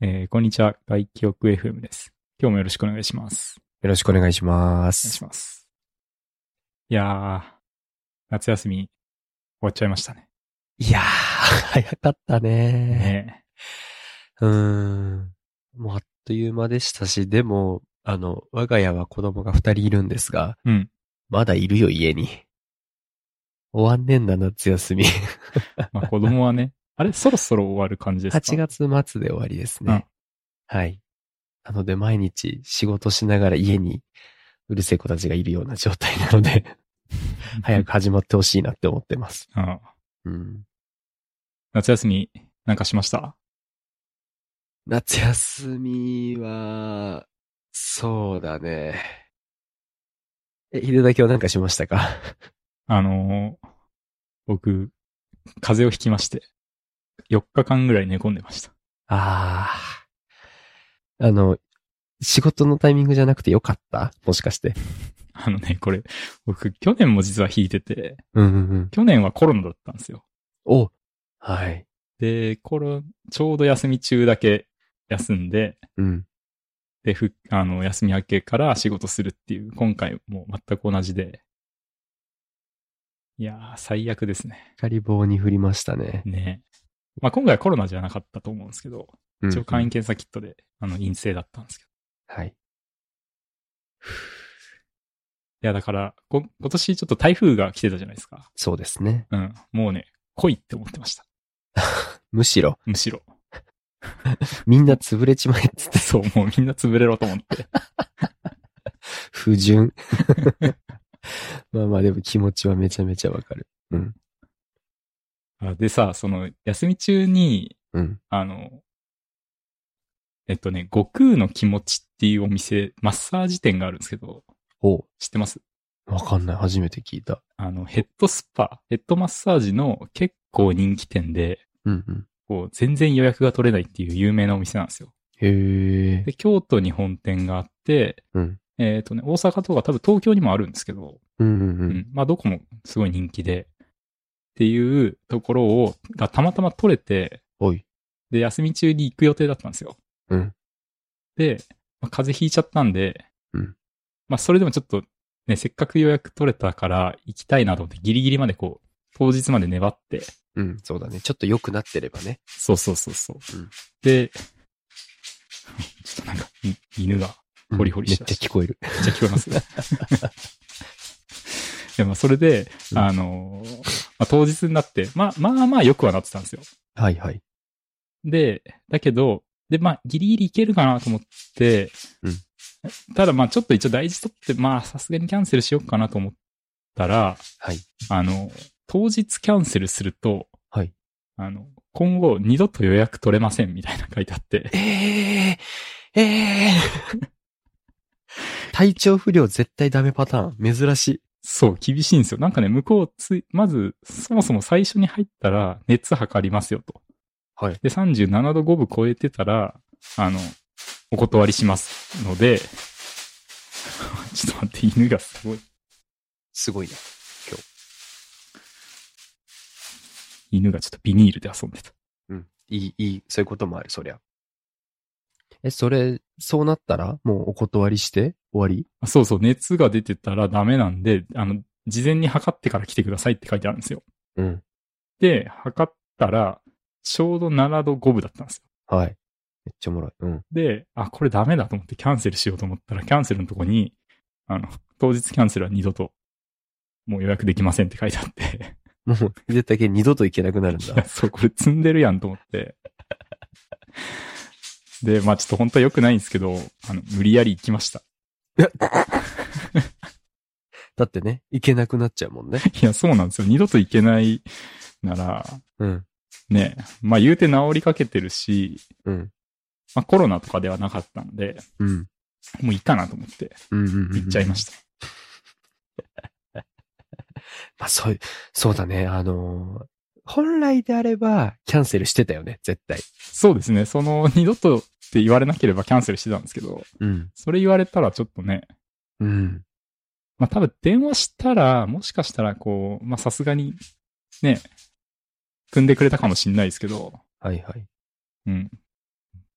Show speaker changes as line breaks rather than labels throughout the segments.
えーこんにちは、外記憶 FM です。今日もよろしくお願いします。
よろしくお願いしま
お願い
す。
します。いやー、夏休み終わっちゃいましたね。
いやー、早かったね
ね
うーん。もうあっという間でしたし、でも、あの、我が家は子供が二人いるんですが、
えうん。
まだいるよ、家に。終わんねんだ、夏休み。
まあ子供は ね、あれ、そろそろ終わる感じですか
8月末で終わりですね。はい。なので、毎日仕事しながら家にうるせえ子たちがいるような状態なので、早
く。
く始まってほしいなって思ってます。
うん
うん。
夏休み、なんかしました
夏休みは、そうだね。え、秀だけは何かしましたか
あのー僕、風邪をひきまして、4日間ぐらい寝込んでました。
ああ。あの、仕事のタイミングじゃなくてよかったもしかして。
あのね、これ、僕、去年も実はひいてて、
うんうんうん。
去年はコロナだったんですよ。
おはい。
で、コロ、ちょうど休み中だけ休んで、
うん。
で、ふ、あの、休み明けから仕事するっていう、今回も全く同じで。いやー、最悪ですね。
光棒に振りましたね。
ねまあ、今回はコロナじゃなかったと思うんですけど、
うん
一応簡易検査キットで、あの、陰性だったんですけど。
はい。
いや、だから、こ、今年ちょっと台風が来てたじゃないですか。
そうですね。
うん。もうね、来いって思ってました。
むしろ、
むしろ。
みんな潰れちまえっつって、
そう、もうみんな潰れろと思って。
不純。 まあまあ、でも気持ちはめちゃめちゃわかる。うん。
あでさ、その、休み中に、
うん。
あの、えっとね、悟空の気持ちっていうお店、マッサージ店があるんですけど、
お
知ってます
わかんない。初めて聞いた。
あの、ヘッドスパ、ヘッドマッサージの結構人気店で、
うんうん。
こう、全然予約が取れないっていう有名なお店なんですよ。
へえ。
で、京都に本店があって、
うん。
えっ、とね、大阪とか多分東京にもあるんですけど、
うんうんう。
うんん、まあどこもすごい人気で、っていうところを、がたまたま取れて、
おい。
で、休み中に行く予定だったんですよ。
うん
で、まあ風邪ひいちゃったんで、
うん
まあ、それでもちょっと、ね、せっかく予約取れたから行きたいなと思って、ギリギリまでこう、当日まで粘って、
うん、そうだね。ちょっと良くなってればね。
そうそうそうそう。
うん
で、 ちょっとなんか、い犬がホリホリした
めっちゃ聞こえる。
めっちゃ聞こえます。 いや、まあ、それで、
うん
あのーまあ、当日になって、まあ、まあまあ、よくはなってたんですよ。
はいはい。
で、だけど、で、まあ、ギリギリいけるかなと思って、ただ、まあ、ちょっと一応大事取って、まあ、さすがにキャンセルしようかなと思ったら、
はい。
あの、当日キャンセルすると、
はい
あの、今後二度と予約取れませんみたいな書いてあって、
ええー、ええー 体調不良絶対ダメパターン。珍しい。
そう、厳しいんですよ。なんかね、向こうつい、まず、そもそも最初に入ったら、熱測りますよと。
はい。
で、37度5分超えてたら、あの、お断りしますので、 ちょっと待って、犬がすごい。
すごいね。
犬がちょっとビニールで遊んでた。
うん。いい、いい、そういうこともある、そりゃ。え、それ、そうなったらもうお断りして終わり
あそうそう、熱が出てたらダメなんで、あの、事前に測ってから来てくださいって書いてあるんですよ。
うん。
で、測ったら、ちょうど7度5分だったんですよ。
はい。めっちゃおもろい。うん。
で、あ、これダメだと思ってキャンセルしようと思ったら、キャンセルのとこに、あの、当日キャンセルは二度と、もう予約できませんって書いてあって、
もう、秀だけ二度と行けなくなるん
いや、
だ。
そう、これ積んでるやんと思って。で、まあちょっと本当は良くないんですけど、あの、無理やり行きました。
だってね、行けなくなっちゃうもんね。
いや、そうなんですよ。二度と行けないなら、
うん。
ね、まあ言うて治りかけてるし、
うん。
まあコロナとかではなかったんで、
うん。
もういいかなと思って
うんうん、うん。
行っちゃいました。
まあ、そういう、そうだね。あのー本来であれば、キャンセルしてたよね、絶対。
そうですね。その二度とって言われなければキャンセルしてたんですけど、
うん。
それ言われたらちょっとね、
うん。
まあ多分電話したら、もしかしたらこう、まあさすがに、ね、組んでくれたかもしんないですけど、
はいはい。
うん。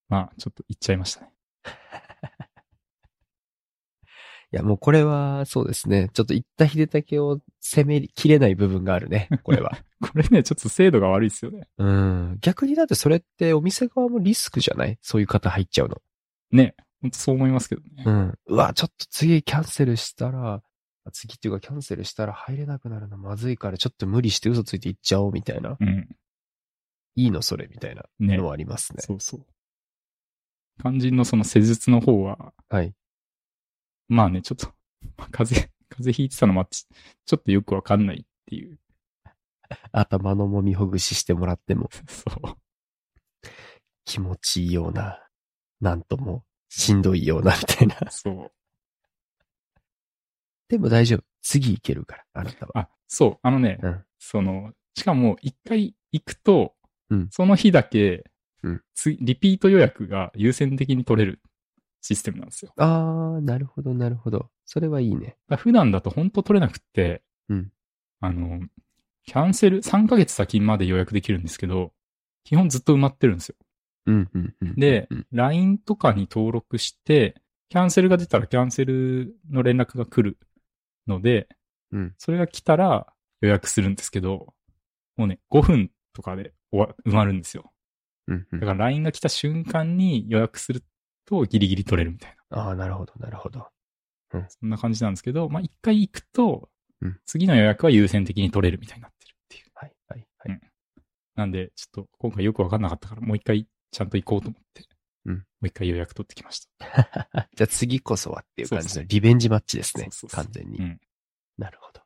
まあ、ちょっと行っちゃいましたね。
いや、もうこれは、そうですね。ちょっと言った秀武を責めきれない部分がある ね、これは。
これね、ちょっと精度が悪いですよね。
うん。逆にだってそれってお店側もリスクじゃないそういう方入っちゃうの。
ね、ほんとそう思いますけどね。
うん。うわ、ちょっと次キャンセルしたら、あ次っていうかキャンセルしたら入れなくなるのまずいからちょっと無理して嘘ついて行っちゃおうみたいな。
うん。
いいのそれみたいな
ね
のはありますね。
そうそう。肝心のその施術の方は、
はい。
まあね、ちょっと、まあ風邪、風邪ひいてたのもあって、ちょっとよくわかんないっていう。
頭のもみほぐししてもらっても
そう。
気持ちいいような、なんともしんどいようなみたいな。
そう。
でも大丈夫。次行けるから、あなたは。
あ、そう、あのね、
うん
その、しかも一回行くと、
うん
その日だけ、
うん
つリピート予約が優先的に取れるシステムなんですよ。
あー、なるほど、なるほど。それはいいね。
だから普段だと本当取れなくって、
うん
あの、キャンセル、3ヶ月先まで予約できるんですけど、基本ずっと埋まってるんですよ。
うん、うん、うん。
で
うん、
LINE とかに登録して、キャンセルが出たらキャンセルの連絡が来るので、
うん。
それが来たら予約するんですけど、もうね、5分とかで終わ埋まるんですよ。
うん、う
だ
ん
から LINE が来た瞬間に予約するとギリギリ取れるみたいな。
あー、なるほど、なるほど。
そんな感じなんですけど、まあ、一回行くと
うん、
次の予約は優先的に取れるみたいになってるっていう。
はい、はい、は
う
い
ん。なんで、ちょっと今回よくわかんなかったから、もう一回ちゃんと行こうと思って、
うん
もう一回予約取ってきました。
じゃあ次こそはっていう感じ
そう
の
そう
リベンジマッチですね
そうそう。そう
完全に。
うん
なるほど。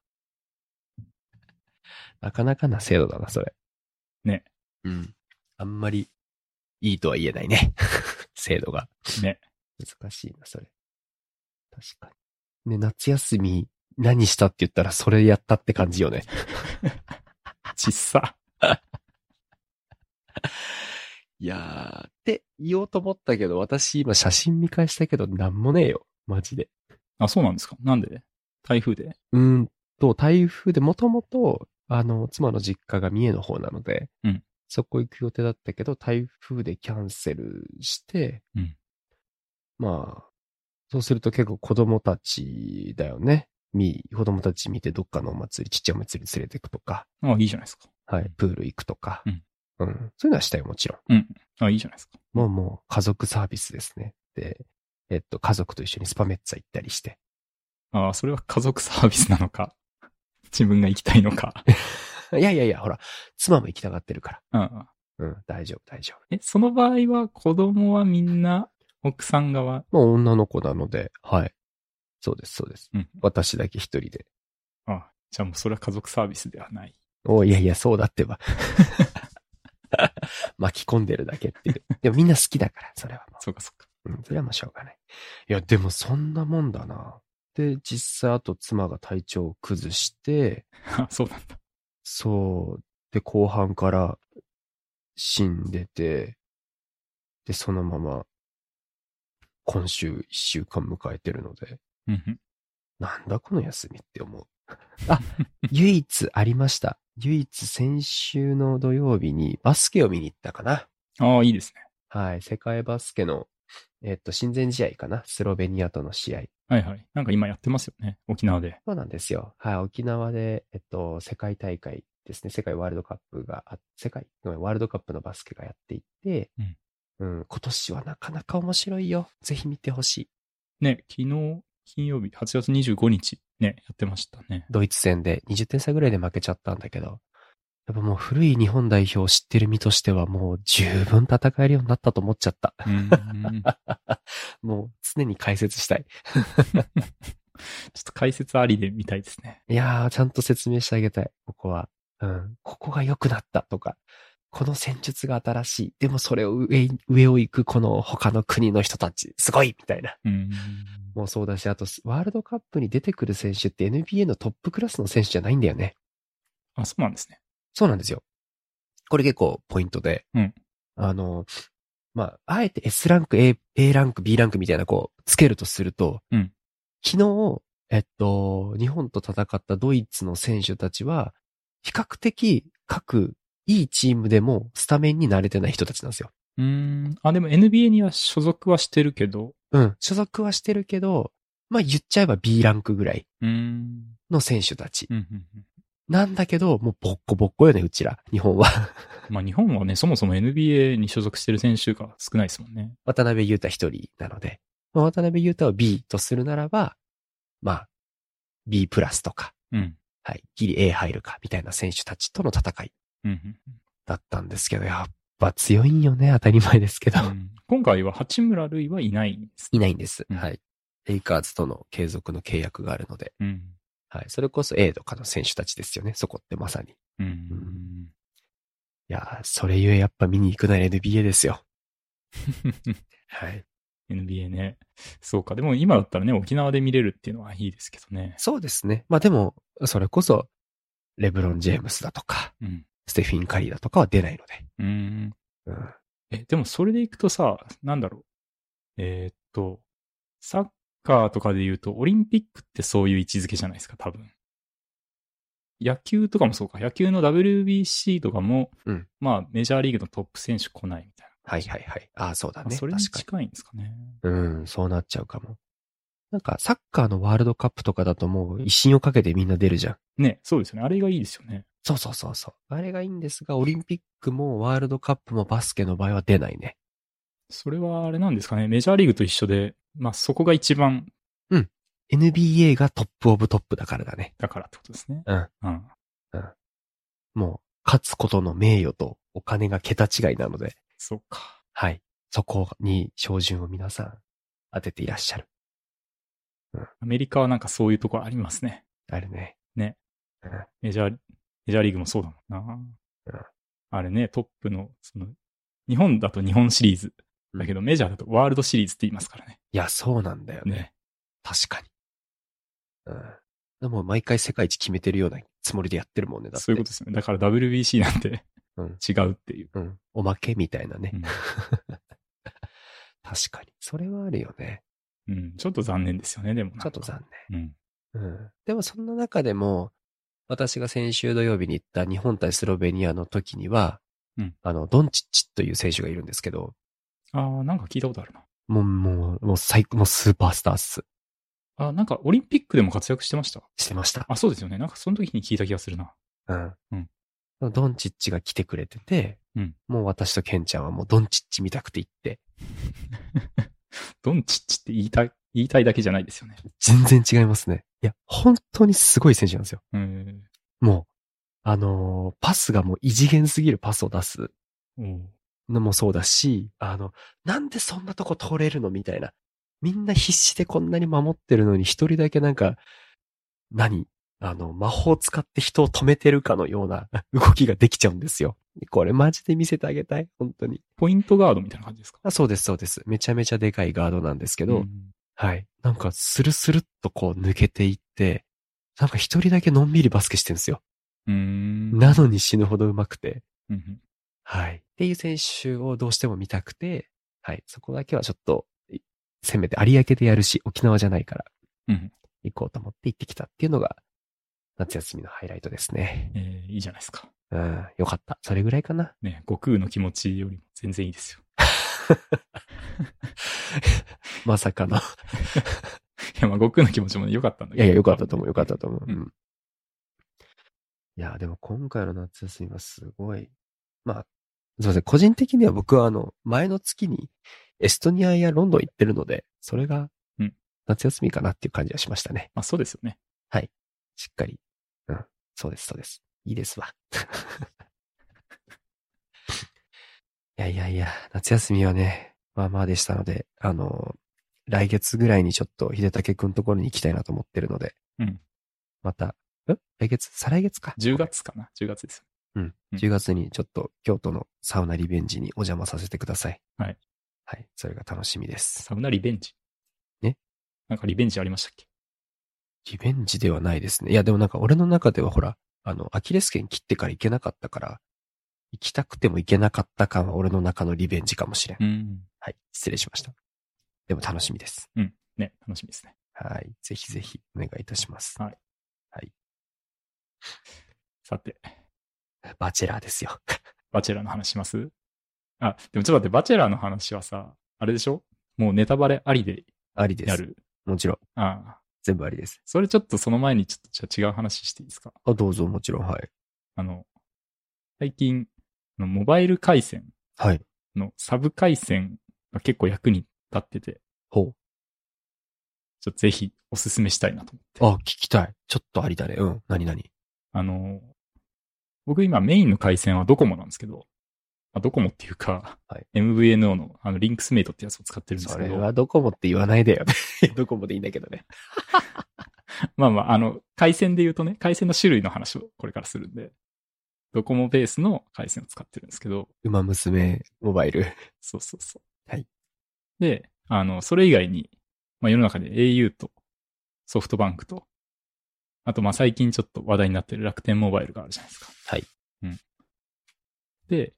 なかなかな精度だな、それ。
ね。
うん。あんまりいいとは言えないね。 精度が。
ね。
難しいな、それ。確かに。ね、夏休み何したって言ったらそれやったって感じよね。
ちっさ。
いやー、って言おうと思ったけど、私今写真見返したけどなんもねえよ。マジで。
あ、そうなんですかなんで台風で。
うーんと、台風でもともと、あの、妻の実家が三重の方なので、
うん
そこ行く予定だったけど、台風でキャンセルして、
うん
まあ、そうすると結構子供たちだよね。み、子供たち見てどっかのお祭り、ちっちゃいお祭り連れてくとか、
あ、いいじゃないですか。
はい、プール行くとか、
うん
うんそういうのはしたよ、もちろん。
あ、いいじゃないですか。
もうもう家族サービスですね。で、えっと、家族と一緒にスパメッツァ行ったりして。
あ、それは家族サービスなのか、自分が行きたいの か。
いやいやいや、ほら、妻も行きたがってるか
うん、
ら。うん、大丈夫、大丈夫。
え、その場合は子供はみんな奥さん側。
まあ女の子なので、はい。そうです、そうです。
うん。
私だけ一人で。
あ、じゃあもうそれは家族サービスではない。
おいやいや、そうだってば。 巻き込んでるだけっていう。でもみんな好きだから、それはも
そうかそうか。
う。うん、それはもうしょうがない。いや、でもそんなもんだな。で、実際あと妻が体調を崩して、
あ、 そうなんだ。
そう。で、後半から死んでて、で、そのまま、今週一週間迎えてるので、
うんうん。
なんだこの休みって思う。 あ、唯一ありました。唯一先週の土曜日にバスケを見に行ったかな。
ああ、いいですね。
はい。世界バスケの、えっと、親善試合かな。スロベニアとの試合。
はいはい。なんか今やってますよね。沖縄で。
そうなんですよ。はい。沖縄で、えっと、世界大会ですね。世界ワールドカップがあ、世界、ごめんワールドカップのバスケがやっていて、
うん
うん。今年はなかなか面白いよ。ぜひ見てほしい。
ね、昨日、金曜日、8月25日、ね、やってましたね。
ドイツ戦で20点差ぐらいで負けちゃったんだけど、やっぱもう古い日本代表を知ってる身としてはもう十分戦えるようになったと思っちゃった。
うーん。ちょっ
もう常に解説したい。
と解説ありで見たいですね。
いやー、ちゃんと説明してあげたい、ここは。うん。ここが良くなったとか、この戦術が新しい。でもそれを上い、上を行くこの他の国の人たち、すごいみたいな。
うーん。
もうそうだし、あと、ワールドカップに出てくる選手って NBA のトップクラスの選手じゃないんだよね。
あ、そうなんですね。
そうなんですよ。これ結構ポイントで。
うん
あの、まあ、あえて S ランク、A、A ランク、B ランクみたいなこう、つけるとすると、
うん
昨日、えっと、日本と戦ったドイツの選手たちは、比較的各、いいチームでもスタメンに慣れてない人たちなんですよ。
うーん。あ、でも NBA には所属はしてるけど。
うん。所属はしてるけど、まあ言っちゃえば B ランクぐらいう
ーん。
の選手たち。
うんうんうん
なんだけど、もうボッコボッコよね、うちら。日本は。
まあ日本はね、そもそも NBA に所属してる選手が少ないですもんね。
渡辺裕太一人なので。まあ、渡辺裕太を B とするならば、まあ、B プラスとか、
うん。
はい、ギリ A 入るか、みたいな選手たちとの戦い
うんうん
だったんですけど、やっぱ強いんよね、当たり前ですけど
う。ん、今回は八村塁はいないんです。
いないんです。
うん
はい。レイカーズとの継続の契約があるので、
うん。
はい。それこそ A とかの選手たちですよね、そこってまさに。
う
い
ん。
やー、それゆえやっぱ見に行くなら NBA ですよ。 はい。
NBA ね。そうか。でも今だったらね、沖縄で見れるっていうのはいいですけどね。
そうですね。まあでも、それこそ、レブロン・ジェームスだとか、
うん。
ステフィン・カリーだとかは出ないので。
うん。
うん。
え、でもそれでいくとさ、なんだろう。えーっと、サッカーとかで言うと、オリンピックってそういう位置づけじゃないですか、多分。野球とかもそうか。野球の WBC とかも、
うん
まあメジャーリーグのトップ選手来ないみたい
はいはいはい。ああ、そう
な。
だ
まあ
ね。
それ
確
に
か
近いんですかね。
に。うん、そうなっちゃうかも。なんか、サッカーのワールドカップとかだともう一心をかけてみんな出るじゃん。
ね、そうですよね。あれがいいですよね。
そうそうそうそう。あれがいいんですが、オリンピックもワールドカップもバスケの場合は出ないね。
それはあれなんですかね。メジャーリーグと一緒で、まあそこが一番
NBA がトップオブトップだからだね。
だからってことですね。
うん。
うん。
もう、勝つことの名誉とお金が桁違いなので、
そうか。
はい。そこに照準を皆さん当てていらっしゃる。
アメリカはなんかそういうとこありますね。
あるね。
ね
うん。
メジャー、メジャーリーグもそうだもんな。
うん
あれね、トップの、その、日本だと日本シリーズ。だけど、メジャーだとワールドシリーズって言いますからね。
いや、そうなんだよね。
ね。
確かに。うん。でも毎回世界一決めてるようなつもりでやってるもんね。だって
そういうことですよね。だから WBC なんて
うん
違うっていう。
うん。おまけみたいなね。
うん
確かに。それはあるよね。
うん。ちょっと残念ですよね、でも。
ちょっと残
念。うん。
念。うん。でもそんな中でも、私が先週土曜日に行った日本対スロベニアの時には、
うん
あの、ドンチッチという選手がいるんですけど、
ああ、なんか聞いたことあるな。
もう、もう、もう最高、もうスーパースターっす。
あーなんかオリンピックでも活躍してました。
してました。
あ、そうですよね。なんかその時に聞いた気がするな。
うん。
うん
ドンチッチが来てくれてて、
うん
もう私とケンちゃんはもうドンチッチ見たくて行って、
ドンチッチって言いたい、言いたいだけじゃないですよね。
全然違いますね。いや、本当にすごい選手なんですよ。
うん。
もう、あのーパスがもう異次元すぎるパスを出す
おう
のもそうだし、あの、なんでそんなとこ通れるのみたいな。みんな必死でこんなに守ってるのに一人だけなんか、何あの、魔法を使って人を止めてるかのような 動きができちゃうんですよ。これマジで見せてあげたい。本当に。
ポイントガードみたいな感じですか
あそうです、そうです。めちゃめちゃでかいガードなんですけど、
うん
はい。なんか、スルスルっとこう抜けていって、なんか一人だけのんびりバスケしてるんですよ。
うーん。
なのに死ぬほど上手くて。
うんうん
はい。っていう選手をどうしても見たくて、はい。そこだけはちょっと、いせめて有明でやるし、沖縄じゃないから、
うん
行こうと思って行ってきたっていうのが、夏休みのハイライトですね。
えーいいじゃないですか。
うん。よかった。それぐらいかな。
ね、悟空の気持ちよりも全然いいですよ。
まさかの。い
いや、まあ、悟空の気持ちもね良かったんだけど。
やいや、よかったと思う。よかったと思う。
うん
うんいや、でも今回の夏休みはすごい。まあ、すいません。個人的には僕はあの、前の月にエストニアやロンドン行ってるので、それが
うん、
夏休みかなっていう感じはしましたね。
まあ、そうですよね。
しっかり。うん。そうです、そうです。いいですわ。 いやいやいや、夏休みはね、まあまあでしたので、あの、来月ぐらいにちょっと秀武くんところに行きたいなと思ってるので、
うん。
また、ん来月再来月か。
10月かな ?10 月ですよ。
10月にちょっと京都のサウナリベンジにお邪魔させてください。
はい。
はい。それが楽しみです。
サウナリベンジ。
ね
なんかリベンジありましたっけ
リベンジではないですね。いや、でもなんか俺の中ではほら、あの、アキレス腱切ってから行けなかったから、行きたくても行けなかった感は俺の中のリベンジかもしれん。
うん。
はい。失礼しました。でも楽しみです。
ね、楽しみですね。
はい。ぜひぜひお願いいたします。
はいさて、
バチェラーですよ。
バチェラーの話しますあ、でもちょっと待って、バチェラーの話はさ、あれでしょもうネタバレありで
ありです。
やる。
もちろん。
ああ。
全部ありです。
それちょっとその前にちょっとじゃあ違う話していいですか
あ、どうぞ、もちろん。はい。
あの、最近、あのモバイル回線
はい。
のサブ回線が結構役に立ってて、
ほ
ちょっとぜひおすすめしたいなと思って
う。。あ、聞きたい。ちょっとありだね。うん。何々。
あの、僕今メインの回線はドコモなんですけど、まあ、ドコモっていうか、
はい
MVNO のあのリンクスメイトってやつを使ってるんです
そ
け
れ
ど、
はドコモって言わないでよ。ドコモでいいんだけどね。
まあまあ、あの、回線で言うとね、回線の種類の話をこれからするんで、ドコモベースの回線を使ってるんですけど、
ウマ娘モバイル。
そうそうそう。
はい。
で、あの、それ以外に、まあ世の中で au とソフトバンクと、あとまあ最近ちょっと話題になってる楽天モバイルがあるじゃないですか。
はい。
うん。で、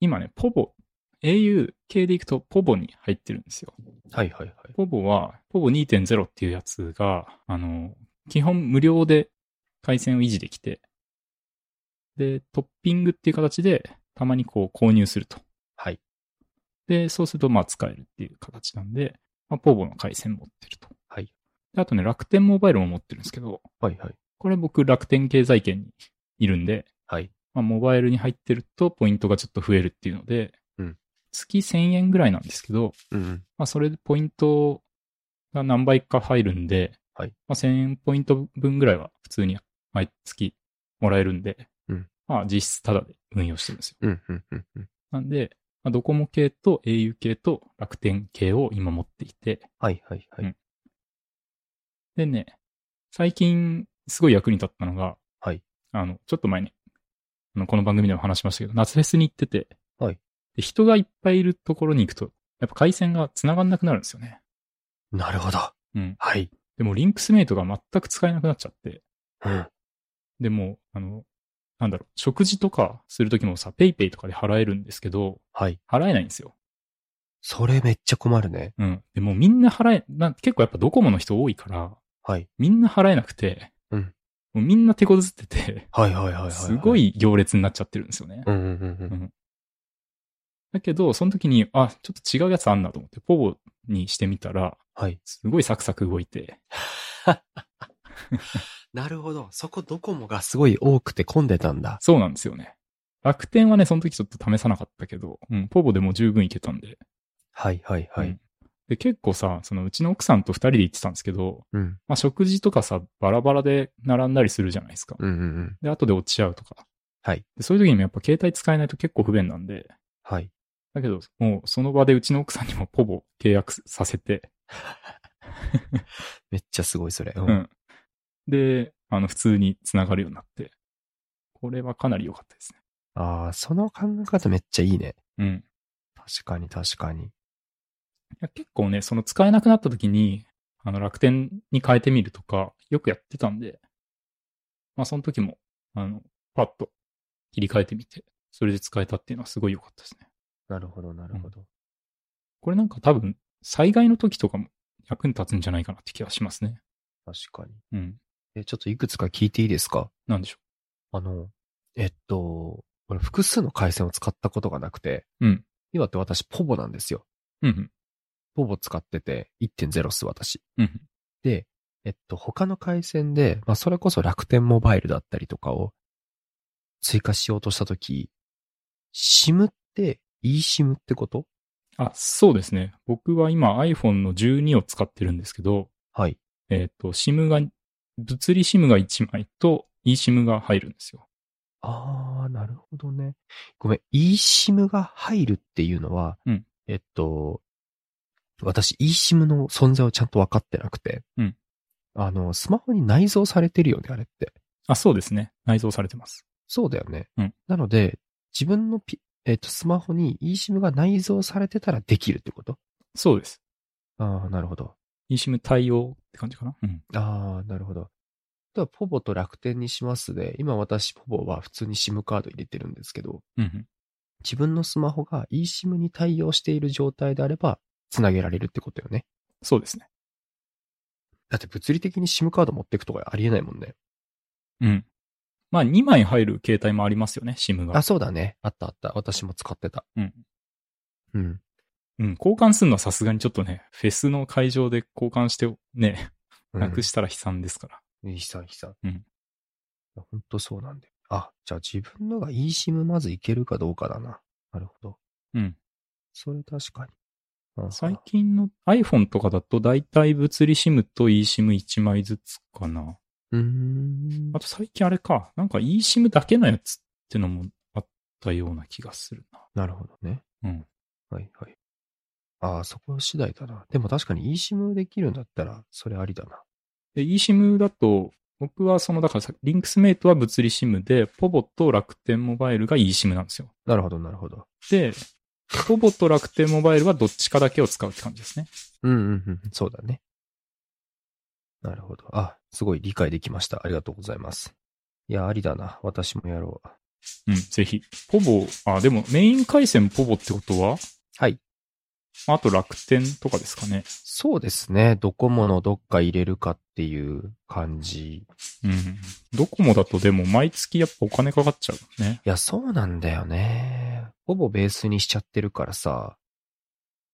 今ね、ポボ、au 系でいくとポボに入ってるんですよ。
はいはいはい。
ポボは、ポボ2.0っていうやつが、あの、基本無料で回線を維持できて、で、トッピングっていう形で、たまにこう購入すると。
はい。
で、そうすると、まあ、使えるっていう形なんで、まあ、ポーボの回線持ってると。
はい
で。あとね、楽天モバイルも持ってるんですけど、
はいはい。
これ僕、楽天経済圏にいるんで、
はい。
まあ、モバイルに入ってると、ポイントがちょっと増えるっていうので、
うん
月1000円ぐらいなんですけど、
うんうん。
まあ、それでポイントが何倍か入るんで、
はい
まあ、1000ポイント分ぐらいは普通に毎月もらえるんで、
うん
まあ、実質タダで運用してるんですよ。
うんうんうんうん。
なんで、まあドコモ系と au 系と楽天系を今持っていて、
はいはいは
う
い
ん。でね、最近すごい役に立ったのが、
はい
あの、ちょっと前に、あのこの番組でも話しましたけど、夏フェスに行ってて、
はい
で人がいっぱいいるところに行くと、やっぱ回線が繋がんなくなるんですよね。
なるほど。
うん。
はい。
でも、リンクスメイトが全く使えなくなっちゃって、
うん。
でも、あの、なんだろう、食事とかするときもさ、ペイペイとかで払えるんですけど、
はい。
払えないんですよ。
それめっちゃ困るね。
うん。でもみんな払え、な結構やっぱドコモの人多いから、
はい。
みんな払えなくて、
うん
もうみんな手こずってて、
はいはいはいはい、
すご。い行列になっちゃってるんですよね。
うんうんうんうん。
だけど、その時に、あ、ちょっと違うやつあんなと思って、ポボにしてみたら、
はい。
すごいサクサク動いて、
なるほど。そこドコモがすごい多くて混んでたんだ。
そうなんですよね。楽天はね、その時ちょっと試さなかったけど、うん、ポボでも十分いけたんで。
はいはいは
う
い
ん。で、結構さ、そのうちの奥さんと二人で行ってたんですけど、
うん。
まあ食事とかさ、バラバラで並んだりするじゃないですか。
うんうんうん。
で、後で落ちちゃうとか。
はい
で。そういう時にもやっぱ携帯使えないと結構不便なんで、
はい。
だけど、もうその場でうちの奥さんにもポボ契約させて、
めっちゃすごいそれ。う
うん。で、あの、普通に繋がるようになって、これはかなり良かったですね。
ああ、その考え方めっちゃいいね。
うん。
確かに確かに。
いや結構ね、その使えなくなった時に、あの楽天に変えてみるとか、よくやってたんで、まあその時も、あの、パッと切り替えてみて、それで使えたっていうのはすごい良かったですね。
なるほどなるほど。
これなんか多分、災害の時とかも役に立つんじゃないかなって気がしますね。
確かに。
うん。
え、ちょっといくつか聞いていいですか
なんでしょ
あの、えっと、俺複数の回線を使ったことがなくて、
うん
今って私ポボなんですよ。
う。うん
ポボ使ってて1.0っす私。
うん。うん
で、えっと、他の回線で、まあ、それこそ楽天モバイルだったりとかを追加しようとしたとき、SIM って eSIM ってこと
うん。あ、そうですね。僕は今 iPhone の12を使ってるんですけど、
はい。
えっ、と、SIM が、物理 SIM が1枚と eSIM が入るんですよ。
あー、なるほどね。ごめん、eSIM が入るっていうのは、
うん
えっと、私 eSIM の存在をちゃんと分かってなくて、
うん
あの、スマホに内蔵されてるよね、あれって。
あ、そうですね。内蔵されてます。
そうだよね。
うん
なので、自分のピ、えっと、スマホに eSIM が内蔵されてたらできるってこと
そうです。
ああ、なるほど。
eSIM 対応って感じかな。うん。
ああ、なるほど。では、ポボと楽天にしますで、今私、ポボは普通に SIM カード入れてるんですけど、
うん
自分のスマホが eSIM に対応している状態であれば、つなげられるってことよね。
そうですね。
だって物理的に SIM カード持ってくとかありえないもんね。
うん。まあ、2枚入る携帯もありますよね、SIM が。
あ、そうだね。あったあった。私も使ってた。
うん。
うん。
うん、交換するのはさすがにちょっとね、フェスの会場で交換して、ね、
うん
なくしたら悲惨ですから。
悲惨悲惨。
うん
いや。本当そうなんだよ。あ、じゃあ自分のが eSIM まずいけるかどうかだな。なるほど。
うん。
それ確かに。あ
最近の iPhone とかだと、だいたい物理 SIM と eSIM1 枚ずつかな。
うーん
あ。と最近あれか、なんか eSIM だけのやつってのもあったような気がするな。
なるほどね。
うん。
はいはい。ああ、そこ次第だな。でも確かに eSIM できるんだったら、それありだな。
で、eSIM だと、僕はその、だからさ、リンクスメイトは物理 SIM で、ポボと楽天モバイルが eSIM なんですよ。
なるほど、なるほど。
で、ポボと楽天モバイルはどっちかだけを使うって感じですね。
うんうんうん。そうだね。なるほど。あ、すごい理解できました。ありがとうございます。いや、ありだな。私もやろ
う
う。
ん、ぜひ。ポボ、あ、でもメイン回線ポボってことは
はい。
あと楽天とかですかね。
そうですね。ドコモのどっか入れるかっていう感じ。
うん。ドコモだとでも毎月やっぱお金かかっちゃうね。
いや、そうなんだよね。ほぼベースにしちゃってるからさ。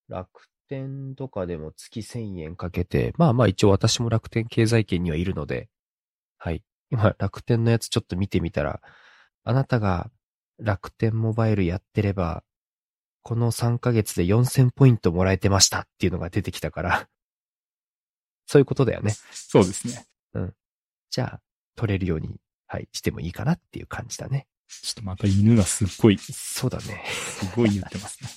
楽天とかでも月1000円かけて、まあまあ一応私も楽天経済圏にはいるので、はい。今楽天のやつちょっと見てみたら、あなたが楽天モバイルやってれば、この3ヶ月で4000ポイントもらえてましたっていうのが出てきたから、そういうことだよね。
そうですね。
じゃあ、取れるように、はい、してもいいかなっていう感じだね。
ちょっとまた犬がすっごい、す
そうだね。
ごい言ってますね。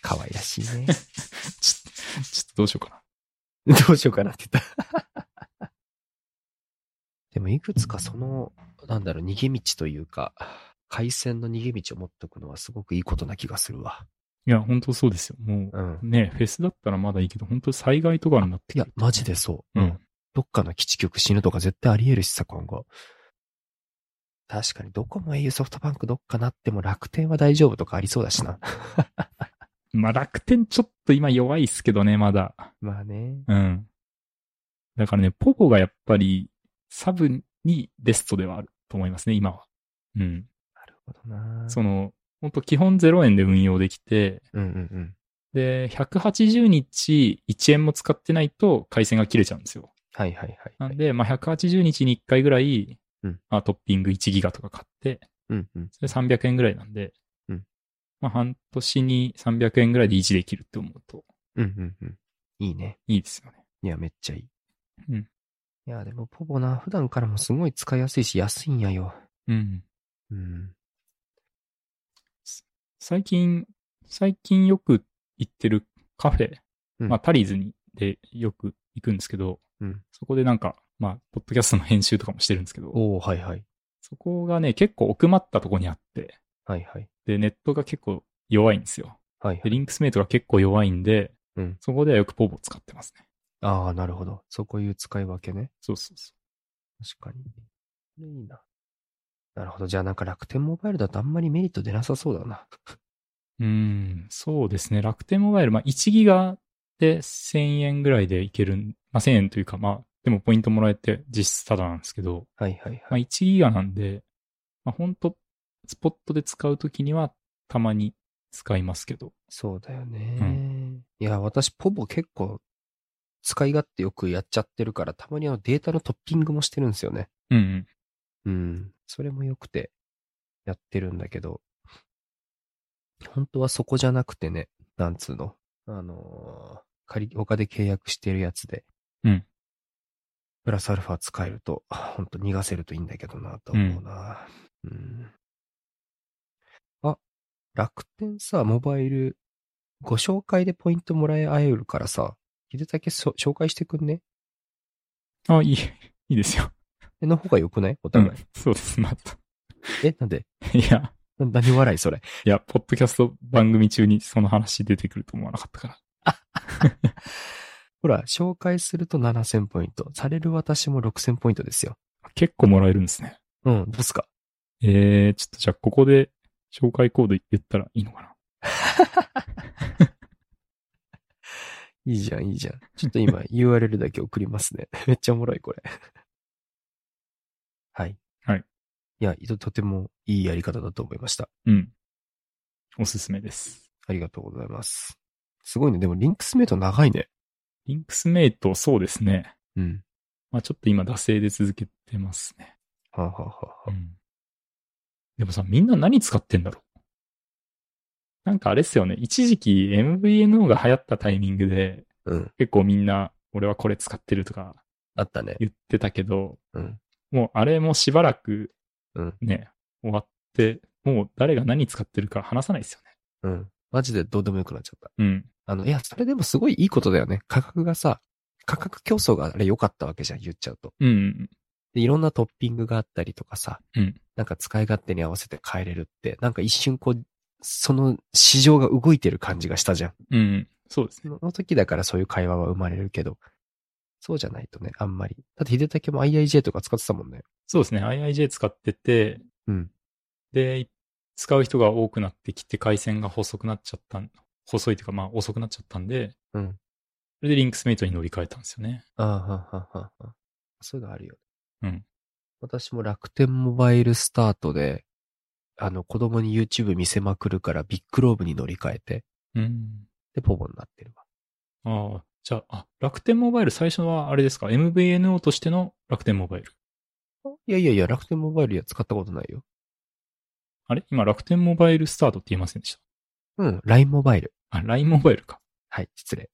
可愛らしいね。
ちょっと、ちょっとどうしようかな。
どうしようかなって言った。 でも、いくつかその、なんだろう、逃げ道というか、回線の逃げ道を持っとくのはすごくいいことな気がするわ。
いや、本当そうですよ。も
うん
う、。ね、フェスだったらまだいいけど、本当災害とかになって
い
く
や
る、
マジでそう。
うん。
どっかの基地局死ぬとか絶対あり得るしさ、今後。確かに、どこも au ソフトバンクどっかなっても楽天は大丈夫とかありそうだしな。
まあ楽天ちょっと今弱いっすけどね、まだ。
まあね。
うん。だからね、ポポがやっぱりサブにベストではあると思いますね、今は。うん。
なるほどな。
その、ほんと基本0円で運用できて、
うんうんうん。
で、180日1円も使ってないと回線が切れちゃうんですよ。
はいはいはい。
なん、で、まあ、180日に1回ぐらい、
うん
まあ、トッピング1ギガとか買って、
うんうん。
それ300円ぐらいなんで、
うん
まあ、半年に300円ぐらいで1できるって思うと
うんうんうん。いいね。
いいですよね。
いや、めっちゃいい。
うん
いや、でも、ポポな、普段からもすごい使いやすいし、安いんやよ。
うん。
うん。
最近、最近よく行ってるカフェ、
うん
まあ、タリーズにでよく行くんですけど、
うん
そこでなんか、まあ、ポッドキャストの編集とかもしてるんですけど、
おおはいはい。
そこがね、結構奥まったとこにあって、
はいはい。
で、ネットが結構弱いんですよ。
はいは
で、
い。
リンクスメイトが結構弱いんで、
うん
そこではよくポボ使ってますね。
ああ、なるほど。そうこういう使い分けね。
そうそうそ
確かに。これいいな。なるほど。じゃあ、なんか楽天モバイルだとあんまりメリット出なさそうだな。
う。うーん、そうですね。楽天モバイル、まあ、1ギガで1000円ぐらいでいけるん、まあ、1000円というか、まあ、でもポイントもらえて実質タダなんですけど、
はいはい
ま
は
あ、
い。
1ギガなんで、まあ、ほんと、スポットで使うときには、たまに使いますけど。
そうだよ
う
ね。いや、私、ポポ結構、使い勝手よくやっちゃってるから、たまにあのデータのトッピングもしてるんですよね。
うん、うん。
うん。それも良くて、やってるんだけど、本当はそこじゃなくてね、なんつうの。あのー仮、他で契約してるやつで。
うん
プラスアルファ使えると、本当逃がせるといいんだけどな、と思うな。うん。あ、楽天さ、モバイル、ご紹介でポイントもらえ合えるからさ、秀武そ紹介してくんね
あ、いい、い いですよ。
の方が良くないお
う
互い
ん。。そうです、また。
え、なんで
いや、
な 何笑いそれ。
いや、ポッドキャスト番組中にその話出てくると思わなかったから。
ほら、紹介すると7000ポイント。される私も6000ポイントですよ。
結構もらえるんですね。
うん、どうすか
えー、ちょっとじゃあここで紹介コード言ったらいいのかない
いじゃん、いいじゃん。ちょっと 今 URL だけ送りますね。めっちゃおもろい、これ。 はい。
はい。
いや、ととてもいいやり方だと思いました。
うん。おすすめです。
ありがとうございます。すごいね。でも、リンクスメイト長いね。
リンクスメイト、そうですね。
うん。
まあちょっと今、惰性で続けてますね。
はあ、はあ
う
はあはあ、
ん。でもさ、みんな何使ってんだろうなんかあれっすよね。一時期 MVNO が流行ったタイミングで、
うん。
結構みんな、俺はこれ使ってるとか
あったね。
言ってたけど、
うん。
もうあれもしばらく
うん。
ね、終わって、もう誰が何使ってるか話さないですよ
うん。マジでどうでもよくなっちゃった。
ね。うん。
あの、いや、それでもすごいいいことだよね。価格がさ、価格競争があれ良かったわけじゃん、言っちゃうと。
うん。
で、いろんなトッピングがあったりとかさ、
うん
なんか使い勝手に合わせて変えれるって、なんか一瞬こう、その市場が動いてる感じがしたじゃん。
うん。そうです
そ
ね。
の時だからそういう会話は生まれるけど、そうじゃないとね、あんまり。だって秀武も IIJ とか使ってたもんね。
そうですね。IIJ 使ってて、
うん。
で、使う人が多くなってきて、回線が細くなっちゃったん、細いというか、まあ遅くなっちゃったんで、
うん。
それでリンクスメイトに乗り換えたんですよね。
ああ、はあはあはあはあ。そういうのあるよね。
うん。
私も楽天モバイルスタートで、あの、子供に YouTube 見せまくるからビッグローブに乗り換えて、
うん。
で、ポボになってるわ。
ああ、じゃあ、あ、楽天モバイル最初はあれですか ?MVNO としての楽天モバイル。
いやいやいや、楽天モバイルや使ったことないよ。
あれ今楽天モバイルスタートって言いませんでし
うん、LINE モバイル。
た。あ、LINE モバイルか。
はい、失礼。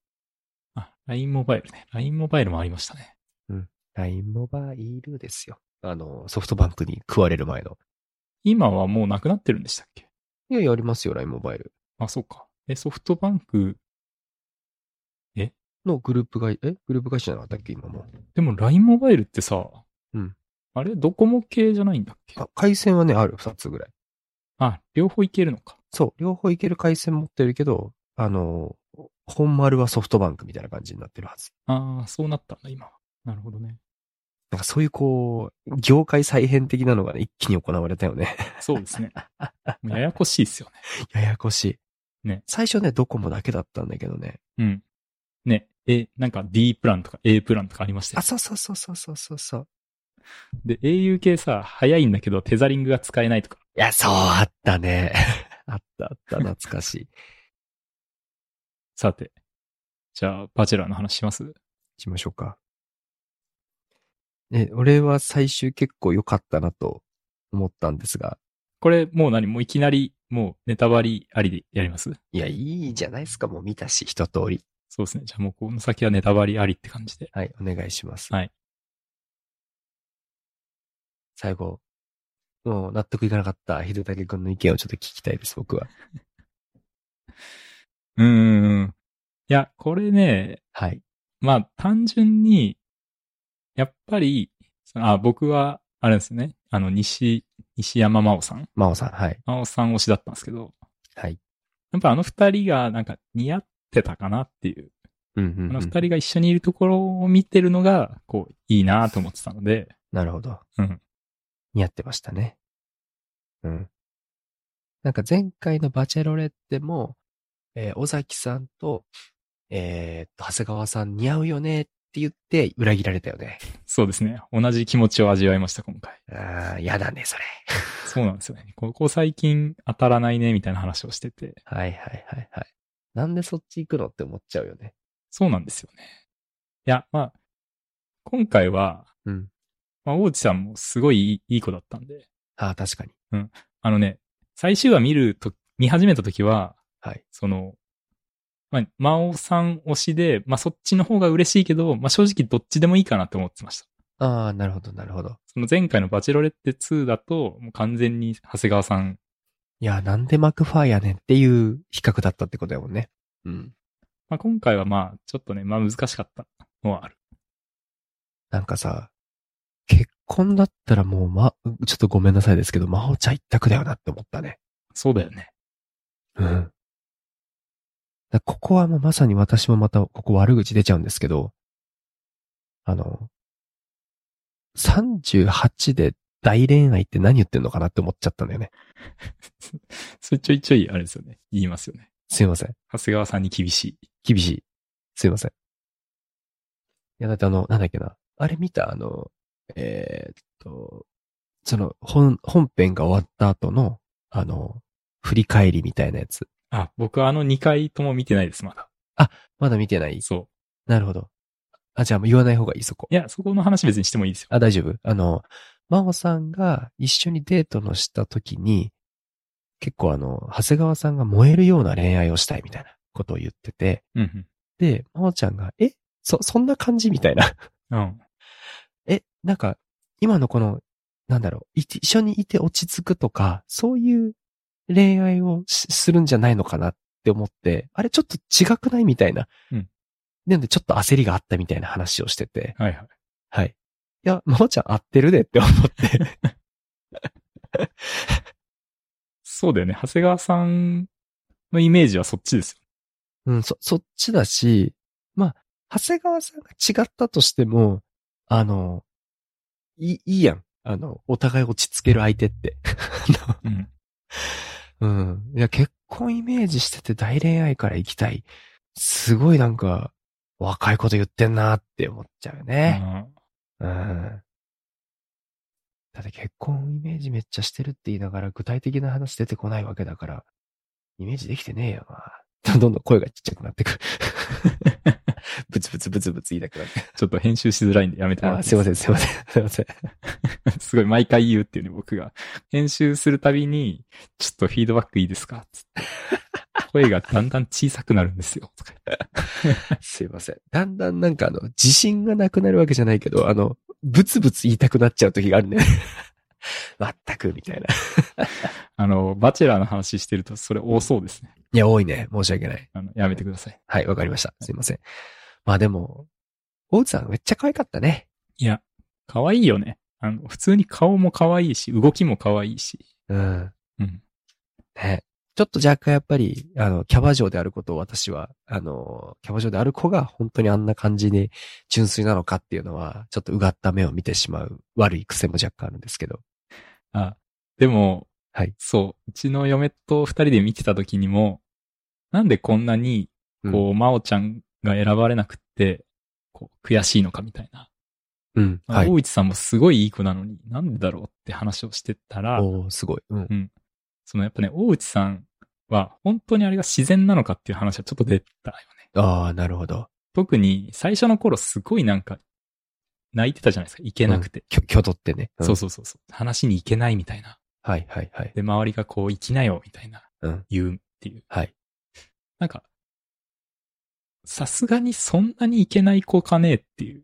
あ、LINE モバイルね。LINE モバイルもありましたね。
LINE モバイルですよ。あの、ソフトバンクに食われる前の。
今はもうなくなってるんでしたっけ
いやいや、ありますよ、LINE モバイル。
あ、そうか。え、ソフトバンク、
のグループ会、えグループ会社じゃなかったっけ今も。
でも LINE モバイルってさ、
うん
あれドコモ系じゃないんだっけ
あ回線はね、ある、二つぐらい。
あ、両方いけるのか。
そう、両方いける回線持ってるけど、あの、本丸はソフトバンクみたいな感じになってるはず。
ああ、そうなったんだ、今は。なるほどね。
なんかそういうこう、業界再編的なのがね、一気に行われたよね。
そうです ね。もうややこしいっすよね。
ややこしい。
ね。
最初ね、ドコモだけだったんだけどね。
うん。ね、え、なんか D プランとか A プランとかありました
あ、
よ。
そうそうそうそうそうそうそう。
で、au 系さ、早いんだけど、テザリングが使えないとか。
いや、そう、あったね。 あった、あった、懐かしい。
さて、じゃあ、バチェラーの話します
しましょうか。ね、俺は最終結構良かったなと思ったんですが、
これ、もう何もういきなり、もうネタバリありでやります
いや、いいじゃないですか、もう見たし、一通り。
そうですね。じゃあもうこの先はネタバリありって感じで。
はい、お願いします。
はい。
最後、もう納得いかなかった、ひどたけくんの意見をちょっと聞きたいです、僕は。
うーん。いや、これね、
はい。
まあ単純に、やっぱり、そのあ、僕は、あれですね。あの、西、西山真央さん
真央さん、はい。
真央さん推しだったんですけど、
はい。
やっぱあの二人がなんか似合ってたかなっていう。
うんうん、うん。
あの二人が一緒にいるところを見てるのが、こう、いいなと思ってたので、
なるほど。
うん。
似合ってましたね。うん。なんか前回のバチェロレッテも、えー尾崎さんと、えーっと、長谷川さん似合うよねって言って裏切られたよね。
そうですね。同じ気持ちを味わいました、今回。
ああ、嫌だね、それ。
そうなんですよね。ここ最近当たらないね、みたいな話をしてて。
はいはいはいはい。なんでそっち行くのって思っちゃうよね。
そうなんですよね。いや、まあ、今回は、
うん。
まあ、大内さんもすごいいいいい子だったんで、
ああ、確かに。
あのね、最終話見ると、見始めた時は、
はい。
その、まあ、真央さん推しで、まあ、そっちの方が嬉しいけど、まあ、正直どっちでもいいかなって思ってました。
ああ、なるほど、なるほど。
その前回のバチェロレッテ2だと、もう完全に長谷川さん。
いや、なんでマクファーやねんっていう比較だったってことやもんね。うん。
まあ、今回はまあ、ちょっとね、まあ難しかったのはある。
なんかさ、結婚だったらもうま、ちょっとごめんなさいですけど、魔法ちゃん一択だよなって思ったね。
そうだよね。
うん。だここはもうまさに私もまた、ここ悪口出ちゃうんですけど、あの、38で大恋愛って何言ってんのかなって思っちゃったんだよね。
それちょいちょい、あれですよね。言いますよね。
すいません。
長谷川さんに厳しい。
厳しい。すいません。いや、だってあの、なんだっけな。あれ見たあの、えーっと、その、本、本編が終わった後の、あの、振り返りみたいなやつ。
あ、僕あの2回とも見てないです、まだ。
まだ見てない
そ
なるほど。あ、じゃあもう言わない方がいい、そこ
う。い。や、そこの話別にしてもいいですよ。
あ、大丈夫。あの、真帆さんが一緒にデートのした時に、結構あの、長谷川さんが燃えるような恋愛をしたいみたいなことを言ってて、
うん、
で、真帆ちゃんが、えそ、そんな感じみたいな。
うん。うん。
え、なんか、今のこの、なんだろう、いて一緒にいて落ち着くとか、そういう恋愛をしするんじゃないのかなって思って、あれちょっと違くないみたいな。
うん。
なのでちょっと焦りがあったみたいな話をしてて、
はいはい。
はい。いや、まほちゃん合ってるでって思って。
そうだよね。長谷川さんのイメージはそっちですよ。
うん、そ、そっちだし、まあ、長谷川さんが違ったとしても、あの、いい、いいやん。あの、お互い落ち着ける相手って。あの
うん。
うん。いや、結婚イメージしてて大恋愛から行きたい。すごいなんか、若いこと言ってんなって思っちゃうね。
うん
うん。だって結婚イメージめっちゃしてるって言いながら具体的な話出てこないわけだから、イメージできてねえよな。 どんどん声がちっちゃくなってくる。 ブツブツブツブツ言いなくなって。
ちょっと編集しづらいんでやめてもらっ
あー、
て
すいません、
い
すいません、すいません。
い ですか。すごい毎回言うっていうね、僕が。編集するたびに、ちょっとフィードバックいいですかつって声がだんだん小さくなるんですよ。とか言って
すいません。だんだんなんかあの、自信がなくなるわけじゃないけど、あの、ブツブツ言いたくなっちゃう時があるね。 まったく、みたいな。
あの、バチェラーの話してるとそれ多そうですね。
いや、多いね。申し訳ない。
あの、やめてください。
はい、わかりました。すいません。まあでも、大内さんめっちゃ可愛かったね。
いや、可愛いよね。あの、普通に顔も可愛いし、動きも可愛いし。
うん。
うん。
ね。ちょっと若干やっぱり、あの、キャバ嬢であることを私は、あの、キャバ嬢である子が本当にあんな感じに純粋なのかっていうのは、ちょっとうがった目を見てしまう悪い癖も若干あるんですけど。
あ、でも、
はい
そう、うちの嫁と二人で見てた時にも、なんでこんなに、こう、真央ちゃんが選ばれなくって、こう、悔しいのかみたいな。
うん。
まあ
はい。
大内さんもすごいいい子なのに、なんでだろうって話をしてたら、
おー、すごい。うん。
そのやっぱね、大内さんは本当にあれが自然なのかっていう話はちょっと出たよね。
ああ、なるほど。
特に最初の頃すごいなんか、泣いてたじゃないですか。いけなくて。
きょ、きょどってね。ん
そうそうそうそう。話に行けないみたいな。
はいはいはい。
で、周りがこう、行きなよ、みたいな、
うん
言うっていう。
はい。
なんか、さすがにそんなに行けない子かねえっていう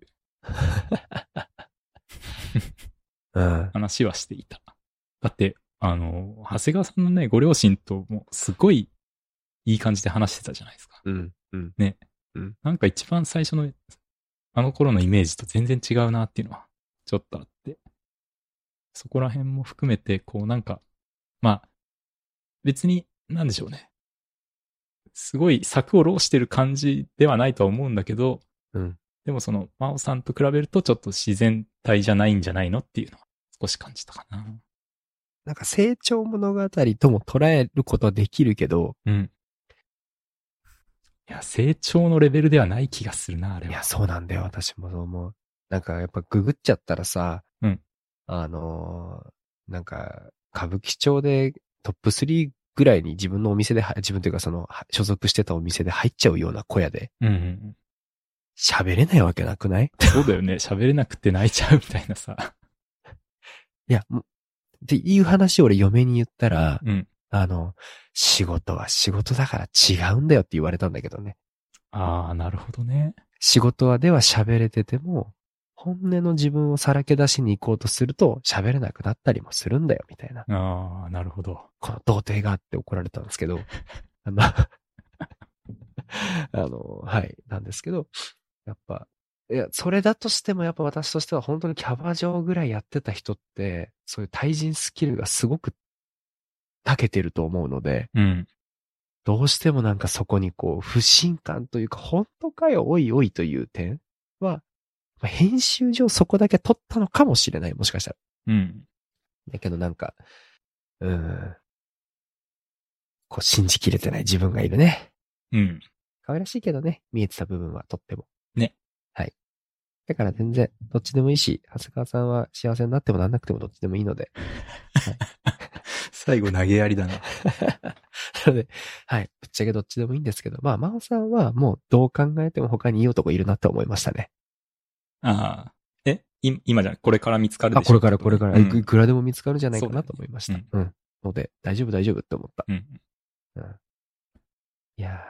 うん。
話はしていた。だって、あの、長谷川さんのね、ご両親ともすごいいい感じで話してたじゃないですか。
うん。うん。
なんか一番最初の、あの頃のイメージと全然違うなっていうのは、ちょっとあって。そこら辺も含めて、こうなんか、まあ、別に、なんでしょうね。すごい策を労してる感じではないとは思うんだけど、
うん
でもその、真央さんと比べるとちょっと自然体じゃないんじゃないのっていうのは少し感じたかな。
なんか成長物語とも捉えることはできるけど、
うん。いや、成長のレベルではない気がするな、あれ
い
は
や、。そうなんだよ。私もそう思う。なんかやっぱググっちゃったらさ、
うん
あのーなんか、歌舞伎町でトップ3ぐらいに自分のお店では、自分というかその、は所属してたお店で入っちゃうような小屋で、
うんうんうん。
喋れないわけなくない
そうだよね。 喋れなくて泣いちゃうみたいなさ。
いや、もうっていう話を俺嫁に言ったら、
うん。
あの、仕事は仕事だから違うんだよって言われたんだけどね。
ああ、なるほどね。
仕事はでは喋れてても、本音の自分をさらけ出しに行こうとすると喋れなくなったりもするんだよ、みたいな。
ああ、なるほど。
この童貞がって怒られたんですけど、あの、 あの、はい、なんですけど、やっぱ、いや、それだとしてもやっぱ私としては本当にキャバ嬢ぐらいやってた人って、そういう対人スキルがすごく長けてると思うので、
うん。
どうしてもなんかそこにこう、不信感というか、本当かよ、おいおいという点は、まあ編集上そこだけ取ったのかもしれない、もしかした
う
ら。
ん。
だけどなんか、うーん。こう、信じきれてない自分がいるね。
うん。
可愛らしいけどね、見えてた部分はとっても。
ね。
はい。だから全然、どっちでもいいし、長谷川さんは幸せになってもなんなくてもどっちでもいいので、
最後投げやりだな。
なので、はい。ぶっちゃけどっちでもいいんですけど、まあ、マオさんはもうどう考えても他にいい男いるなって思いましたね。
ああ。えい今じゃないこれから見つかる
あ、
でし
こ
ょ
れからこれから、
うん
いくいくらでも見つかるんじゃないかなと
そうだね
思いました。うん。ので、大丈夫大丈夫って思った。
うん。
うん。いやー。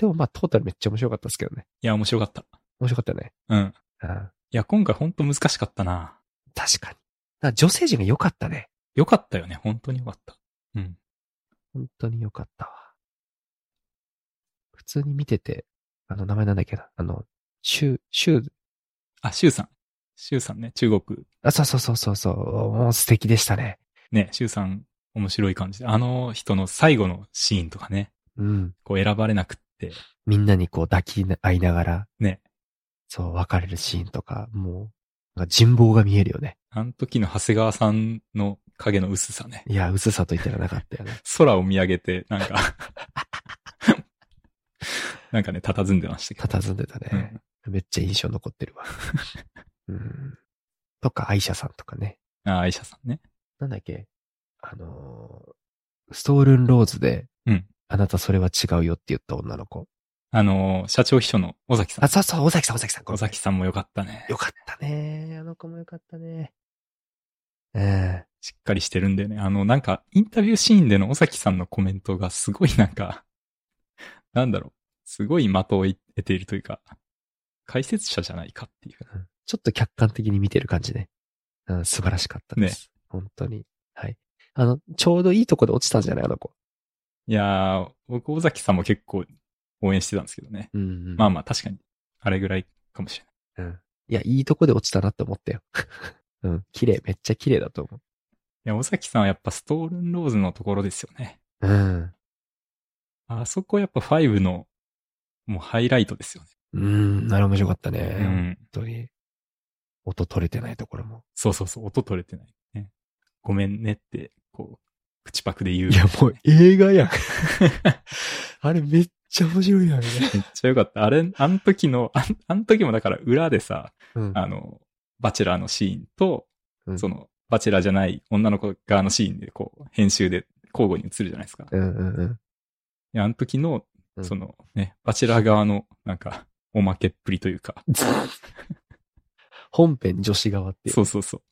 でもまあ、トータルめっちゃ面白かったですけどね。
いや、面白かった。
面白かったよね。
うん。
うん。
いや、今回ほんと難しかったな。
確かに。だから女性陣が良かったね。
よかったよね。本当によかった。うん。
本当に良かったわ。普通に見てて、あの、名前なんだっけな。あの、シュ、シュ、
あ、シュウさん。シュウさんね、中国。
あ、そうそうそうそうそう。もう素敵でしたね。
ね、シュウさん、面白い感じで。あの人の最後のシーンとかね、
うん。
こう選ばれなくって。
みんなにこう抱き合いながら、
ね。
そう、別れるシーンとか、もう、なんか人望が見えるよね。
あの時の長谷川さんの影の薄さね。
いや、薄さと言ってらなかった よね。
空を見上げて、なんか、なんかね、佇んでましたけど。
佇んでたね。めっちゃ印象残っ てるわ。うん。とか、愛車さんとかね。
うん、あ、愛車さんね。
なんだっけあのーストールンローズで、
うん
あなたそれは違うよって言った女の子。
あのー、社長秘書の尾崎さ
あ、
ん。
そうそう、尾崎さん、尾崎さん。
尾崎さんもよかったね。
よかったね。あの子もよかったね。うん。
しっかりしてるんだよね。あの、なんか、インタビューシーンでの尾崎さんのコメントがすごいなんか、なんだろう。すごい的を得ているというか、解説者じゃないかっていう。
うんちょっと客観的に見てる感じね。うん、素晴らしかったです。本当に。はい。あの、ちょうどいいとこで落ちたんじゃないあの子。
いやー、僕、尾崎さんも結構応援してたんですけどね。
うん、
まあまあ、確かに、あれぐらいかもしれない。
いや、いいとこで落ちたなって思ったよ。 うん、綺麗、めっちゃ綺麗だと思
いや、尾崎さんはやっぱストールンローズのところですよね。
う。うん。
あそこやっぱ5の、もうハイライトですよね。
うん、あれ面白かったね。
う
本
ん。
当に。音取れてないところも。
そうそうそう、音取れてない。ね、ごめんねって、こう、口パクで言う。
いや、もう映画やん。 あれめっちゃ面 白いやん、ね。
めっちゃよかった。あれ、あの時の、あんあの時もだから裏でさ、
うん。
あの、バチェラーのシーンと、
うん
その、バチェラーじゃない女の子側のシーンで、こう、編集で交互に映るじゃないですか。
うんうんうん。
であの時の
う、ん
そのね、バチェラー側の、なんか、おまけっぷりというか、
本編女子側っていう。
そうそうそ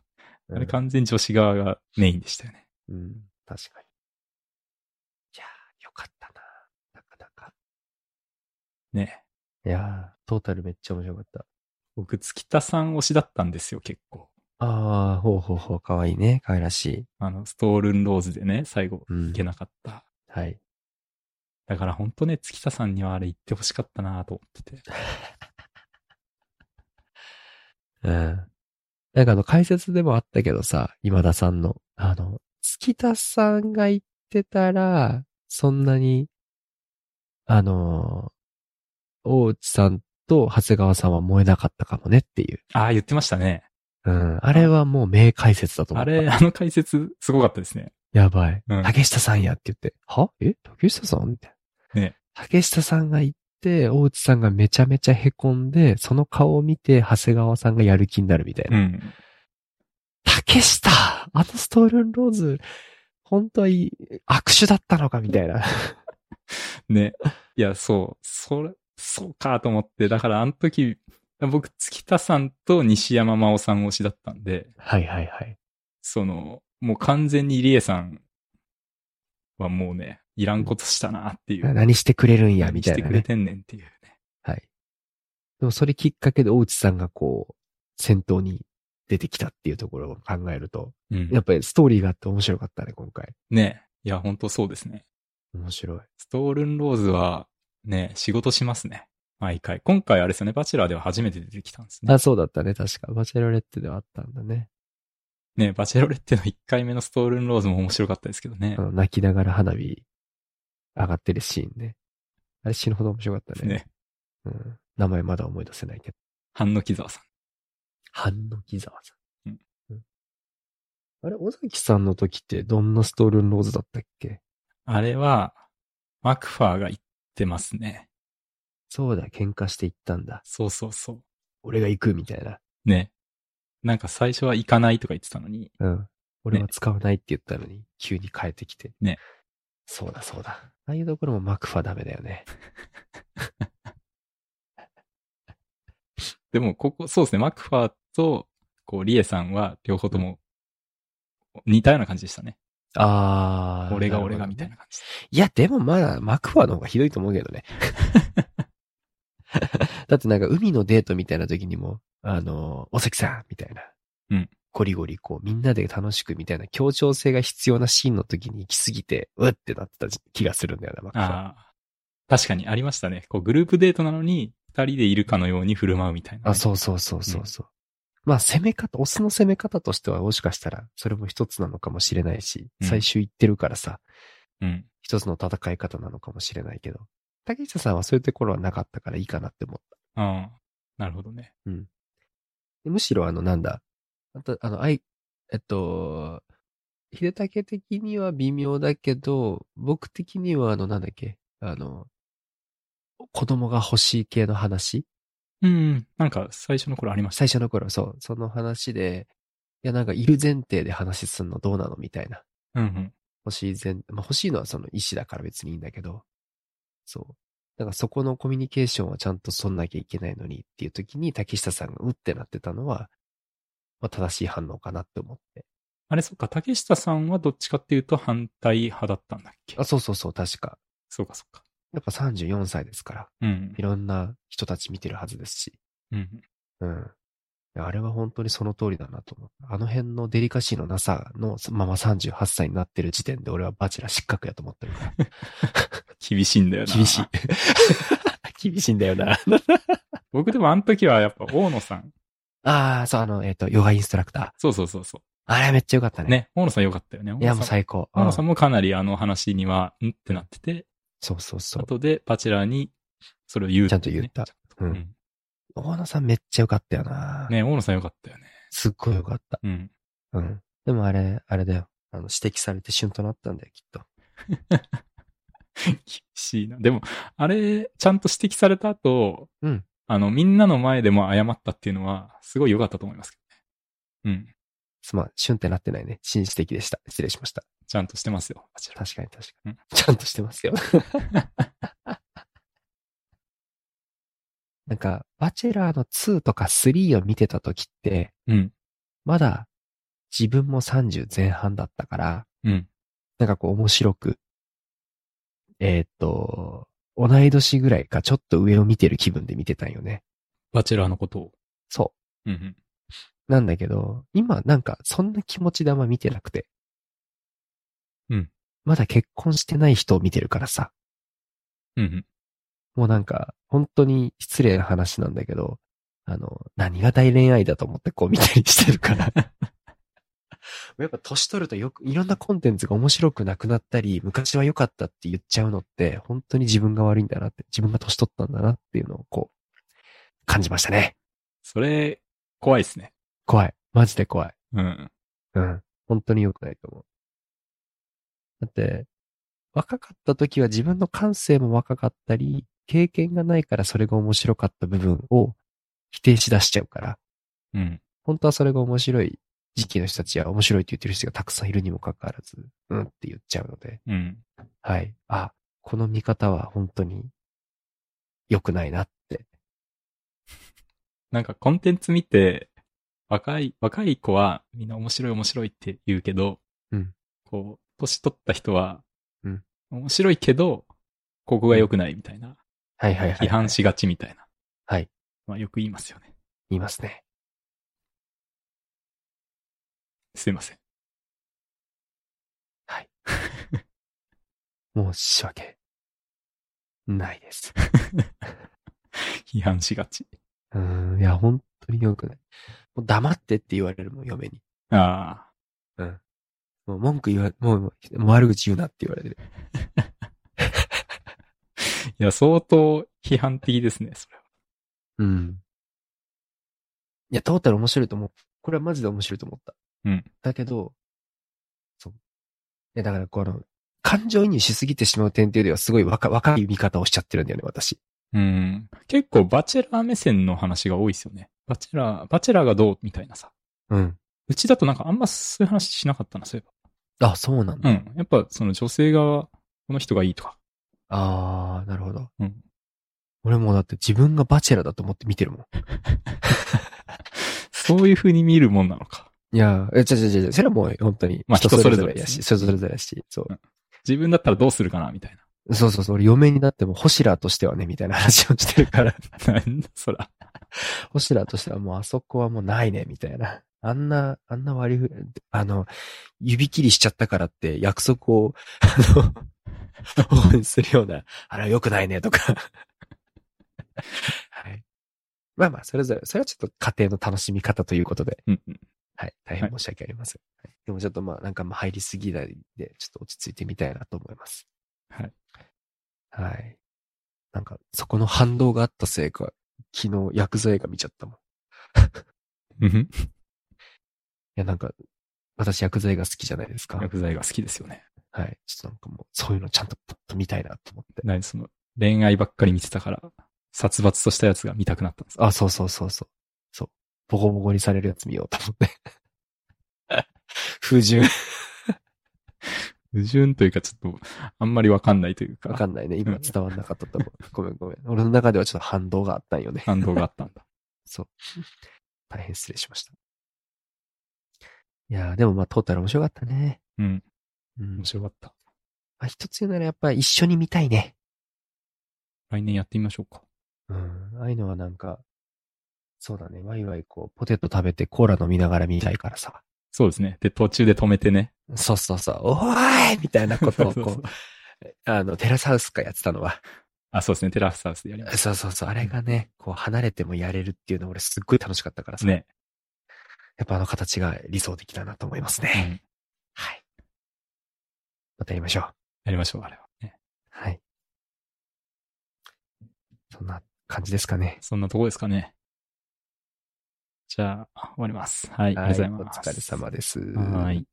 う。あれ完全に女子側がメインでしたよね。
うん、確かに。いやー、よかったな。なかなか。
ね。
いやー、トータルめっちゃ面白かった。
僕、月田さん推しだったんですよ、結構。
あー、ほうほうほう、かわいいね。かわいらしい。
あの、ストールンローズでね、最後、
うん
いけなかった。
はい。
だから本当ね、月田さんにはあれ言ってほしかったなと思ってて。
うん。なんかあの、解説でもあったけどさ、今田さんの、あの、月田さんが言ってたら、そんなに、あのー大内さんと長谷川さんは燃えなかったかもねっていう。
ああ、言ってましたね。
うん。あれはもう名解説だと思
あ
った。
れ、あの解説、すごかったですね。
やばい。
うん
竹下さんやって言って、はえ竹下さんみたいな。
ね
竹下さんが言って、大内さんがめちゃめちゃ凹んで、その顔を見て、長谷川さんがやる気になるみたいな。
うん。
竹下あのストールンローズ、本当はい握手だったのかみたいな。
ね。いや、そう。それ、そうかと思って。だから、あの時、僕、月田さんと西山真央さん推しだったんで、
はいはいはい。
その、もう完全に入江さんはもうね、いらんことしたなっていう。
何してくれるんや、みた
して
いな、
くれ
ね。
てんねんっていうね。
はい。でもそれきっかけで大内さんがこう、先頭に出てきたっていうところを考えると、
うん
やっぱりストーリーがあって面白かったね、今回。
ね。いや、本当そうですね。
面白い。
ストールンローズは、ね、仕事しますね。毎回。今回あれですよね、バチェラーでは初めて出てきたんですね
あ、。そうだったね。確か。バチェロレッテではあったんだね。
ね、バチェロレッテの1回目のストールンローズも面白かったですけどね
あ。の、泣きながら花火上がってるシーンね。あれ死ぬほど面白かったね。
ね。
うん。名前まだ思い出せないけど。
半野木沢さん。
半野木沢さん。
うん
うん。あれ、尾崎さんの時ってどんなストールンローズだったっけ
あれは、マクファーが言ってますね。
そうだ、喧嘩していったんだ。
そうそうそ
俺が行くみたいな。
う。ね。なんか最初は行かないとか言ってたのに、
うん。俺は使わないって言ったのに、急に変えてきて。
ね。
そうだそうだ。ああいうところもマクファダメだよね。
でも、ここ、そうですね、マクファーと、こう、リエさんは、両方とも、似たような感じでしたね。
あー。
俺が
るほ
俺
ど
が
ね
みたいな。感じで。
いや、でもまあ、マクファーの方がひどいと思うけど ね。だってなんか海のデートみたいな時にも、あの、お関さんみたいな。
うん。
ゴリゴリこう、みんなで楽しくみたいな協調性が必要なシーンの時に行き過ぎて、うってなってた気がするんだよな、マクファー。
ああ。確かにありましたね。こう、グループデートなのに、二人でいるかのように振る舞うみたいなね、
あ、そうそうそうそうそう。まあ、攻め方、オスの攻め方としてはもしかしたら、それも一つなのかもしれないし、
うん
最終行ってるからさ、
うん。
一つの戦い方なのかもしれないけど、竹下さんはそういうところはなかったからいいかなって思った
ああ。なるほどね。
でむしろあの、なんだ。あと、あの、あい、えっと、秀武的には微妙だけど、僕的にはあの、なんだっけ、あの、子供が欲しい系の話
うん。なんか、最初の頃ありました。
最初の頃、そう、その話で、いや、なんかいる前提で話すんのどうなのみたいな。
うんうん。
欲しい前、まあ、欲しいのはその意思だから別にいいんだけど、そう。なんかそこのコミュニケーションはちゃんとそんなきゃいけないのにっていう時に竹下さんがうってなってたのは、まあ、正しい反応かなって思って。
あれ、そっか、竹下さんはどっちかっていうと反対派だったんだっけ
あ、そうそうそう、確か。
そうか、そうか。
やっぱ34歳ですから、
うん
い。ろんな人たち見てるはずですし。
うん。
うん。いやあれは本当にその通りだなと思った。あの辺のデリカシーのなさのまま38歳になってる時点で俺はバチェラー失格やと思って るから。
厳しいんだよな。
厳しい。厳しいんだよな。
僕でもあの時はやっぱ大野さん。
ああ、そう、あの、えっ、と、ヨガインストラクタ
そうそうそうそ
ー。あれめっちゃよかった
う。
ね。
ね、大野さんよかったよね。
いや、も
大野
う
さん
最高。
大野さ
うん
んもかなりあの話には、んってなってて、
そうそうそう。
後でバチェラーにそれを言う、
ちゃんと言った
ちゃんと
うん大野さんめっちゃよかったよな。
ね、大野さんよかったよね。
すっごいよかった。
うん。
うん。でもあれ、あれだよ。あの、指摘されて旬となったんだよ、きっと。
厳しいな。でも、あれ、ちゃんと指摘された後、
うん
あの、みんなの前でも謝ったっていうのは、すごい良かったと思いますけどね。うん。
すまん、シュンってなってないね。紳士的でした。失礼しました。
ちゃんとしてますよ、バチェラー。
確かに確かに。
うん
ちゃんとし てますよ。なんか、バチェラーの2とか3を見てた時って、
うん。
まだ自分も30前半だったから、
うん。
なんかこう面白く、えーっと、同い年ぐらいかちょっと上を見てる気分で見てたんよね。
バチェラーのことを。
そ
うんうん。
う。なんだけど、今なんかそんな気持ちであんま見てなくて。
うん。
まだ結婚してない人を見てるからさ。
うんうん。
もうなんか、本当に失礼な話なんだけど、あの、何が大恋愛だと思ってこう見たりしてる から。やっぱ年取るとよく、いろんなコンテンツが面白くなくなったり、昔は良かったって言っちゃうのって、本当に自分が悪いんだなって、自分が年取ったんだなっていうのをこう、感じましたね。
それ、怖いですね。
怖い。マジで怖い。
うん。
うん。本当に良くないと思う。だって、若かった時は自分の感性も若かったり、経験がないからそれが面白かった部分を否定しだしちゃうから、
うん。
本当はそれが面白い時期の人たちや面白いって言ってる人がたくさんいるにもかかわらず、うんって言っちゃうので、
うん。
はい。あ、この見方は本当に良くないなって。
なんかコンテンツ見て、若い、若い子はみんな面白い面白いって言うけど、
うん
こう、年取った人は、
うん
面白いけど、ここが良くないみたいな、
はいはいは
批
い。
判しがちみたいな。
はい。
まあよく言いますよね。
言いますね。
すいません。
申し訳ないです。
批判しがち。
うーん、いや、本当に良くない。もう黙ってって言われるもん、嫁に。
ああ。
もう文句言わ、もう、もうもう悪口言うなって言われてる。
いや、相当批判的ですね、それは。
うん。いや、トータル面白いと思う。これはマジで面白いと思った。
うん。
だけど、そう。いや、だから、この、感情移入しすぎてしまう点っていうよりは、すごい若若い見方をしちゃってるんだよね、私。
うん。結構バチェラー目線の話が多いですよね。バチェラー、バチェラーがどうみたいなさ。
うん。
うちだとなんかあんまそういう話しなかったな、そういえ
あ、そうなんだ。
ば。うん。やっぱその女性側、この人がいいとか。
あー、なるほど。
うん
俺もうだって自分がバチェラーだと思って見てるもん。
そういう風に見るもんなのか。
いやー、え、ちゃちゃちゃちゃ、それはもう本当に。
まあ人それぞれ
や
です
し、人それぞれやし、そう。
自分だったらどうするかな、みたい
そうそうそう、俺嫁になってもホシラーとしてはね、みたいな話をしてるから。
な。 なんだそら。
ホシラーとしてはもうあそこはもうないね、みたいな。あんな、あんな割りふ、あの、指切りしちゃったからって約束を、あの、 応援するような、あれは良くないね、とか。 はい。まあまあ、それぞれ、それはちょっと家庭の楽しみ方ということで、
うんうん。
はい。大変申し訳ありません。はいでもちょっとまあ、なんかまあ入りすぎないで、ちょっと落ち着いてみたいなと思います。
はい。
はい。なんか、そこの反動があったせいか、昨日、薬剤映画見ちゃったもん。
うん。
いや、なんか、私薬剤が好きじゃないですか。
薬剤が好きですよね。
はい。ちょっとなんかもう、そういうのちゃんとパッと見たいなと思って。
何その、恋愛ばっかり見てたから、殺伐としたやつが見たくなったんですか
あ、そうそうそうそう。そう。ボコボコにされるやつ見ようと思って。 不純。
矛盾というかちょっと、あんまりわかんないという
わか
か、
んないね。今伝わんなかったと思う。ごめんごめん。俺の中ではちょっと反動があったんよね。
感動があったんだ。
そう。大変失礼しました。いやー、でもまあ、トータル面白かったね。
うん。
うん
面。白かった。
まあ、一つ言うならやっぱ一緒に見たいね。
来年やってみましょうか。
うん。ああいうのはなんか、そうだね。ワイワイこう、ポテト食べてコーラ飲みながら見たいからさ。
そうですね。で、途中で止めてね。
そうそうそう。おーいみたいなこと を
そうそう
こ
そう
う、あの、テラスハウスかやってたのは。
あ、そうですね。テラスハウスでやりま
そうそうそう。あれがね、こう、離れてもやれるっていうの俺すっごい楽しかったから
す
さ。
ね。
やっぱあの形が理想的だなと思いますね。
うん
はい。またやりましょう。
やりましょう、あれは。ね。
はい。そんな感じですかね。
そんなとこですかね。じゃあ、終わります。はい、ありがとうございます。
お疲れ様です。
はい。